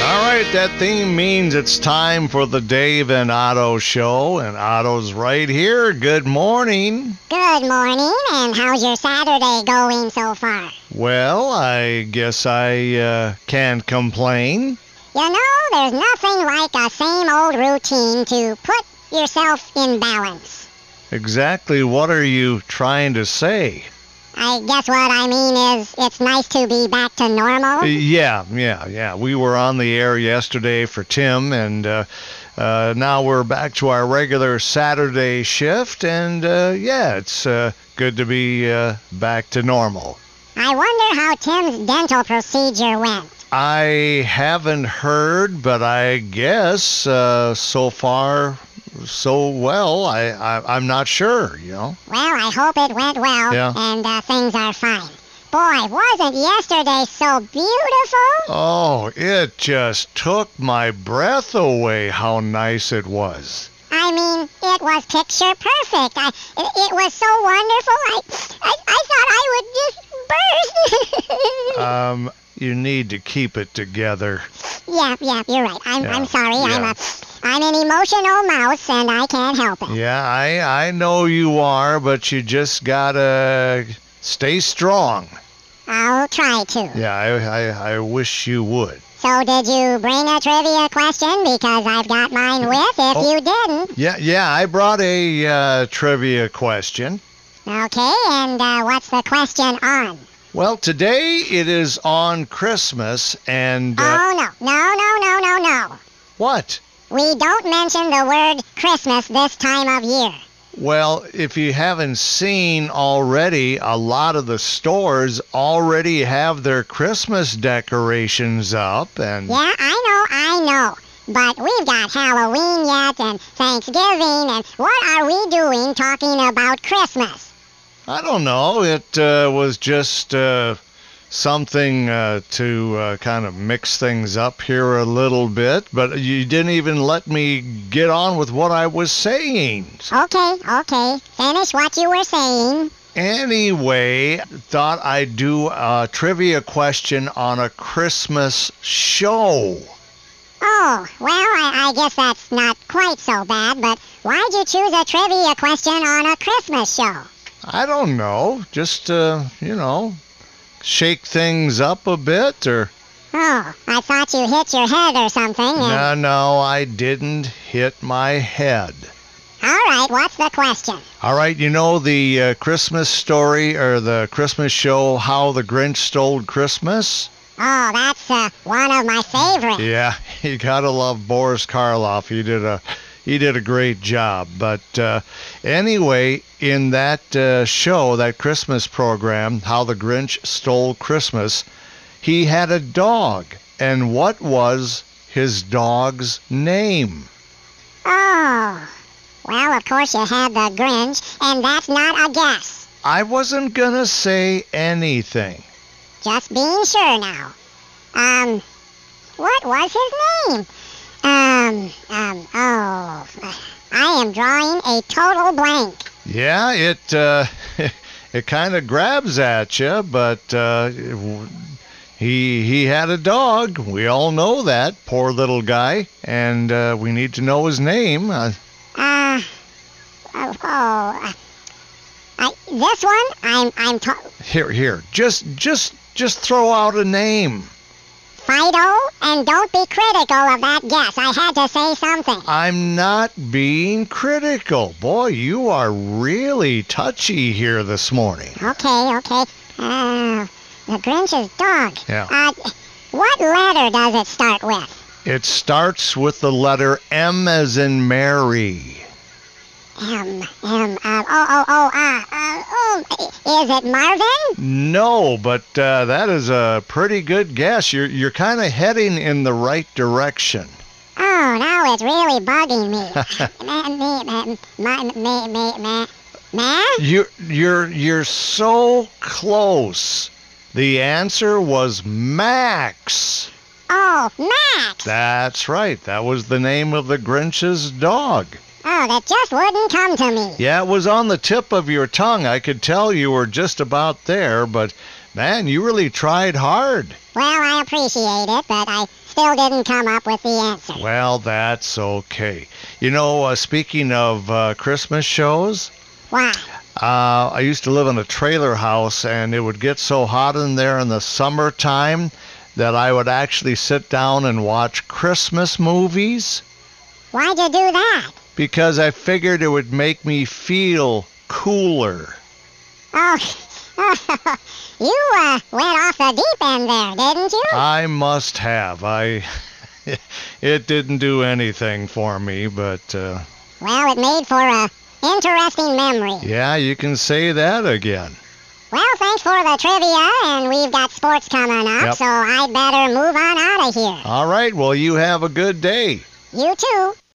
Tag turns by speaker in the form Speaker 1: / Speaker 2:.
Speaker 1: right, that theme means it's time for the Dave and Otto show, and Otto's right here. Good morning.
Speaker 2: Good morning, and how's your Saturday going so far?
Speaker 1: Well, I guess I uh, can't complain.
Speaker 2: You know, there's nothing like a same old routine to put yourself in balance.
Speaker 1: Exactly what are you trying to say?
Speaker 2: I guess what I mean is it's nice to be back to normal.
Speaker 1: Uh, Yeah, yeah, yeah. We were on the air yesterday for Tim, and uh, uh, now we're back to our regular Saturday shift, and uh, yeah, it's uh, good to be uh, back to normal.
Speaker 2: I wonder how Tim's dental procedure went.
Speaker 1: I haven't heard, but I guess uh, so far so well. I, I I'm not sure. You know.
Speaker 2: Well, I hope it went well
Speaker 1: Yeah.
Speaker 2: and uh, things are fine. Boy, wasn't yesterday so beautiful?
Speaker 1: Oh, it just took my breath away. How nice it was.
Speaker 2: I mean, it was picture perfect. I, it, it was so wonderful. I, I, I thought I would just burst.
Speaker 1: Um, you need to keep it together.
Speaker 2: yeah, yeah, you're right. I'm,
Speaker 1: Yeah,
Speaker 2: I'm sorry. I'm
Speaker 1: yeah.
Speaker 2: a, I'm an emotional mouse, and I can't help it.
Speaker 1: Yeah, I I know you are, but you just gotta stay strong.
Speaker 2: I'll try to.
Speaker 1: Yeah, I I, I wish you would.
Speaker 2: So, did you bring a trivia question? Because I've got mine with. If
Speaker 1: Oh.
Speaker 2: you didn't,
Speaker 1: Yeah, yeah. I brought a uh, trivia question.
Speaker 2: okay. And uh, what's the question on?
Speaker 1: Well, today it is on Christmas, and uh,
Speaker 2: Oh no, no, no, no, no, no.
Speaker 1: what?
Speaker 2: We don't mention the word Christmas this time of year.
Speaker 1: Well, if you haven't seen already, a lot of the stores already have their Christmas decorations up, and
Speaker 2: Yeah, I know, I know. But we've got Halloween yet and Thanksgiving and what are we doing talking about Christmas?
Speaker 1: I don't know. It uh, was just uh, something uh, to uh, kind of mix things up here a little bit, but you didn't even let me get on with what I was saying.
Speaker 2: Okay, okay. Finish what you were saying.
Speaker 1: Anyway, thought I'd do a trivia question on a Christmas show.
Speaker 2: Oh, well, I, I guess that's not quite so bad, but why'd you choose a trivia question on a Christmas show?
Speaker 1: I don't know, just uh, you know, shake things up a bit or
Speaker 2: Oh, I thought you hit your head or something. and-
Speaker 1: no, no, I didn't hit my head.
Speaker 2: All right, what's the question?
Speaker 1: All right, you know the uh, Christmas story or the Christmas show How the Grinch Stole Christmas?
Speaker 2: Oh, that's uh, one of my favorites.
Speaker 1: Yeah, you got to love Boris Karloff. He did a he did a great job. But uh, anyway, in that uh, show, that Christmas program, How the Grinch Stole Christmas, he had a dog. And what was his dog's name?
Speaker 2: Oh, well, of course you had the Grinch, and that's not a guess.
Speaker 1: I wasn't going to say anything.
Speaker 2: Just being sure now. Um, what was his name? Um, um, oh, I am drawing a total blank.
Speaker 1: Yeah, it uh, it kind of grabs at you, but uh, he he had a dog. We all know that poor little guy, and uh, we need to know his name. Uh,
Speaker 2: Uh, oh, oh, I, this one, I'm, I'm, to-
Speaker 1: here, here, just just just throw out a name.
Speaker 2: Fido, and don't be critical of that guess. I had to say something.
Speaker 1: I'm not being critical, boy. You are really touchy here this morning.
Speaker 2: Okay, okay. Uh, the Grinch's dog.
Speaker 1: Yeah.
Speaker 2: Uh, what letter does it start with?
Speaker 1: It starts with the letter M as in Mary.
Speaker 2: M, M, uh, oh, oh, oh, ah, uh, um, is it Marvin?
Speaker 1: No, but uh, that is a pretty good guess. You're you're kind of heading in the right direction.
Speaker 2: Oh, now it's really bugging me. ma, me, ma, ma, ma, ma, ma, ma?
Speaker 1: You you're you're so close. The answer was Max.
Speaker 2: Oh, Max.
Speaker 1: That's right. That was the name of the Grinch's dog.
Speaker 2: Oh, that just wouldn't come to me.
Speaker 1: Yeah, it was on the tip of your tongue. I could tell you were just about there, but Man, you really tried hard.
Speaker 2: Well, I appreciate it, but I still didn't come up with the answer.
Speaker 1: Well, that's okay. You know, uh, speaking of uh, Christmas shows,
Speaker 2: Why?
Speaker 1: uh, I used to live in a trailer house, and it would get so hot in there in the summertime that I would actually sit down and watch Christmas movies
Speaker 2: Why'd you do that?
Speaker 1: because I figured it would make me feel cooler.
Speaker 2: Oh, you uh, went off the deep end there, didn't you?
Speaker 1: I must have. I. it didn't do anything for me, but uh,
Speaker 2: well, it made for a interesting memory.
Speaker 1: yeah, you can say that again.
Speaker 2: Well, thanks for the trivia, and we've got sports coming up,
Speaker 1: Yep. Uh.
Speaker 2: so I'd better move on out of here.
Speaker 1: All right. Well, you have a good day.
Speaker 2: You too.